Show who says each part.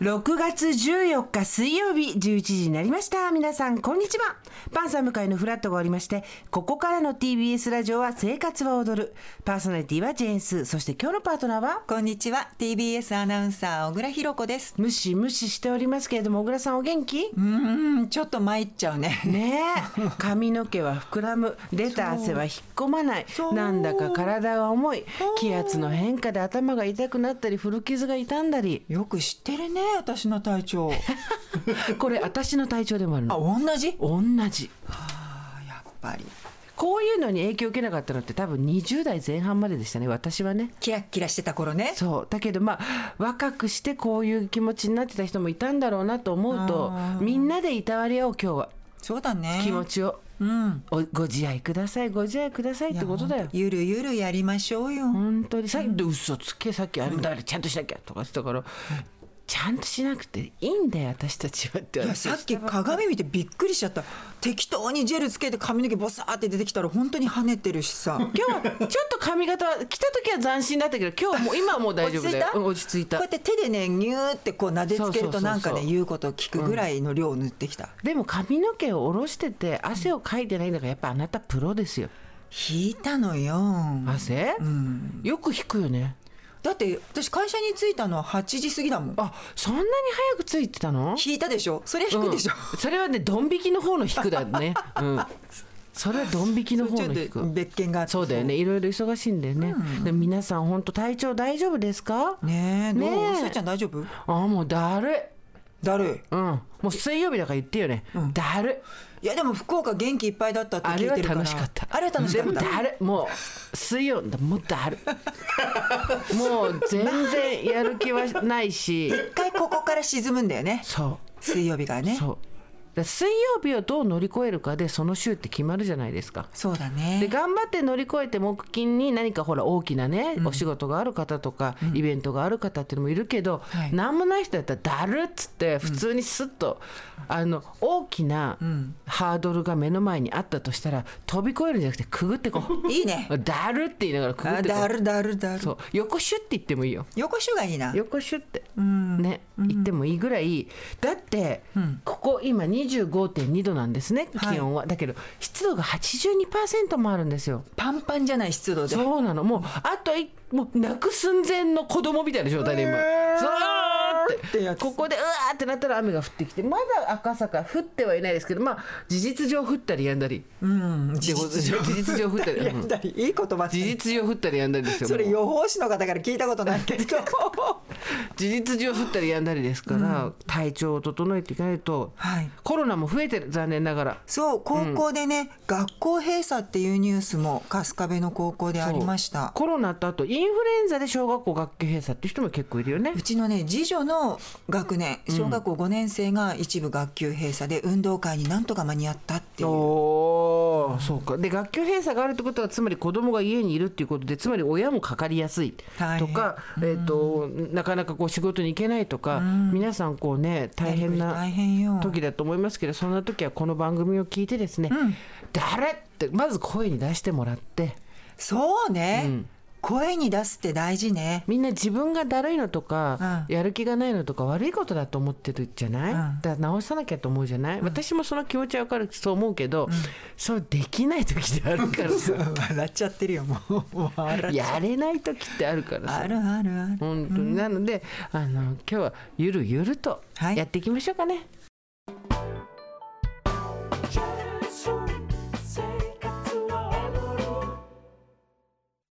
Speaker 1: 6月14日水曜日11時になりました皆さんこんにちはパンサー向かいのフラットがおりましてここからの TBS ラジオは「生活は踊る」パーソナリティはジェーンスーそして今日のパートナーは
Speaker 2: こんにちは TBS アナウンサー小倉弘子です
Speaker 1: ムシムシしておりますけれども小倉さんお元気
Speaker 2: うーんちょっと参っちゃうね
Speaker 1: ねえ髪の毛は膨らむ出た汗は引っ込まない
Speaker 2: そう
Speaker 1: なんだか体が重い気圧の変化で頭が痛くなったり古傷が傷んだり
Speaker 2: よく知ってるね私の体調
Speaker 1: これ私の体調でもある
Speaker 2: あ
Speaker 1: の
Speaker 2: 同じ
Speaker 1: 同じ
Speaker 2: あやっぱり
Speaker 1: こういうのに影響を受けなかったのって多分20代前半まででしたね私はね
Speaker 2: キラッキラしてた頃ね
Speaker 1: そうだけどまあ若くしてこういう気持ちになってた人もいたんだろうなと思うと
Speaker 2: あー
Speaker 1: みんなでいたわりよう今日は
Speaker 2: そうだね
Speaker 1: 気持ちを
Speaker 2: うん
Speaker 1: おご自愛くださいご自愛くださいってことだよ
Speaker 2: いやゆるゆるやりましょうよ
Speaker 1: 本当にさっきで嘘つけさっきあれだからちゃんとしなきゃとか言ってたからちゃんとしなくていいんだよ私たちはって
Speaker 2: いや
Speaker 1: 私
Speaker 2: さっき鏡見てびっくりしちゃった適当にジェルつけて髪の毛ボサーって出てきたら本当に跳ねてるしさ
Speaker 1: 今日はちょっと髪型は来た時は斬新だったけど今日はもう今はもう大丈夫だようん落ち着いた
Speaker 2: こうやって手でねニューってこう撫でつける
Speaker 1: そうそうそうそ
Speaker 2: と
Speaker 1: う
Speaker 2: なんかね言うこと聞くぐらいの量を塗ってきた、
Speaker 1: でも髪の毛を下ろしてて汗をかいてないんだからやっぱあなたプロですよ
Speaker 2: 引いたのよ
Speaker 1: 汗、
Speaker 2: うん
Speaker 1: よく引くよね
Speaker 2: だって私会社に着いたのは8時過ぎだもん
Speaker 1: あそんなに早くついてたの
Speaker 2: 引いたでしょそれ引くでしょ、
Speaker 1: うんそれはねドン引きの方の引くだねうんそれはドン引きの方の
Speaker 2: ちょ
Speaker 1: 引
Speaker 2: っと
Speaker 1: く
Speaker 2: 別件があって
Speaker 1: そうだよねいろいろ忙しいんだよね、で皆さん本当体調大丈夫ですか
Speaker 2: ねえどう、
Speaker 1: ねえ
Speaker 2: スーちゃん大丈夫
Speaker 1: あもうだるい
Speaker 2: だる
Speaker 1: うんもう水曜日だから言ってよね、だるい
Speaker 2: いいやでも福岡元気いっぱいだったって
Speaker 1: あ
Speaker 2: 聞
Speaker 1: れ
Speaker 2: い
Speaker 1: は
Speaker 2: てるから
Speaker 1: 楽しかった。
Speaker 2: あれは楽しかっ
Speaker 1: で
Speaker 2: た
Speaker 1: もだるいもう水曜だもうだ るい。もう全然やる気はないし、
Speaker 2: 一回ここから沈むんだよね
Speaker 1: そ
Speaker 2: 水曜日が
Speaker 1: う
Speaker 2: ね
Speaker 1: そう。だ水曜日をどう乗り越えるかでその週って決まるじゃないですか。
Speaker 2: そうだ
Speaker 1: で
Speaker 2: ね
Speaker 1: 頑張って乗り越えて木金に何かほら大きなね、お仕事がある方とか、イベントがある方っていうのもいるけど、
Speaker 2: はい
Speaker 1: 何もない人だったらだるっつって普通にスッと、あの大きなハードルが目の前にあったとしたら飛び越えるんじゃなくてくぐってこう。
Speaker 2: いいね
Speaker 1: だるって言いながらくぐ
Speaker 2: あ
Speaker 1: ってこう
Speaker 2: だるだるだる
Speaker 1: そう横シュって言ってもいいよ
Speaker 2: 横手がいいな
Speaker 1: 横シュって、ね言ってもいいぐらいだって、ここ今25.2度なんですね
Speaker 2: はい
Speaker 1: 気温は、だけど湿度が82%もあるんですよ
Speaker 2: パンパンじゃない湿度で
Speaker 1: そうなのもうあといもう泣く寸前の子供みたいな状態で今
Speaker 2: う
Speaker 1: ず
Speaker 2: わー
Speaker 1: ーって
Speaker 2: ってやつ
Speaker 1: ここでうわーってなったら雨が降ってきてまだ赤坂降ってはいないですけどまあ事実上降ったりやんだり
Speaker 2: うん事実上
Speaker 1: 事実上降ったり
Speaker 2: やったりいい言葉
Speaker 1: 事実上降ったりやんだりですよ
Speaker 2: それ
Speaker 1: もう
Speaker 2: 予報士の方から聞いたことないけど
Speaker 1: 事実上降ったりやんだりですから、体調を整えていかないと、
Speaker 2: はい
Speaker 1: コロナも増えてる残念ながら
Speaker 2: そう高校でね、学校閉鎖っていうニュースも春日部の高校でありました
Speaker 1: コロナとあとインフルエンザで小学校学級閉鎖っていう人も結構いるよね
Speaker 2: うちのね次女の学年小学校5年生が一部学級閉鎖で運動会になんとか間に合ったっていう、
Speaker 1: おーそうかで学級閉鎖があるってことはつまり子供が家にいるっていうことでつまり親もかかりやすい
Speaker 2: 大
Speaker 1: と
Speaker 2: 変
Speaker 1: か、えー、となかなかこう仕事に行けないとか、皆さんこうね大変な
Speaker 2: 大変よ
Speaker 1: 時だと思いますけどそんな時はこの番組を聞いてですね「誰?」ってまず声に出してもらって。
Speaker 2: そうね、声に出すって大事ね
Speaker 1: みんな自分がだるいのとか、
Speaker 2: う
Speaker 1: やる気がないのとか悪いことだと思ってるじゃない、
Speaker 2: うん
Speaker 1: だから直さなきゃと思うじゃない、私もその気持ちは分かるそう思うけど、そうできない時ってあるから さ
Speaker 2: 笑っちゃってるよもうもう笑っ
Speaker 1: やれない時ってあるから
Speaker 2: あ
Speaker 1: さ
Speaker 2: るあるある
Speaker 1: 本当になのであの今日はゆるゆると
Speaker 2: はい
Speaker 1: やっていきましょうかね、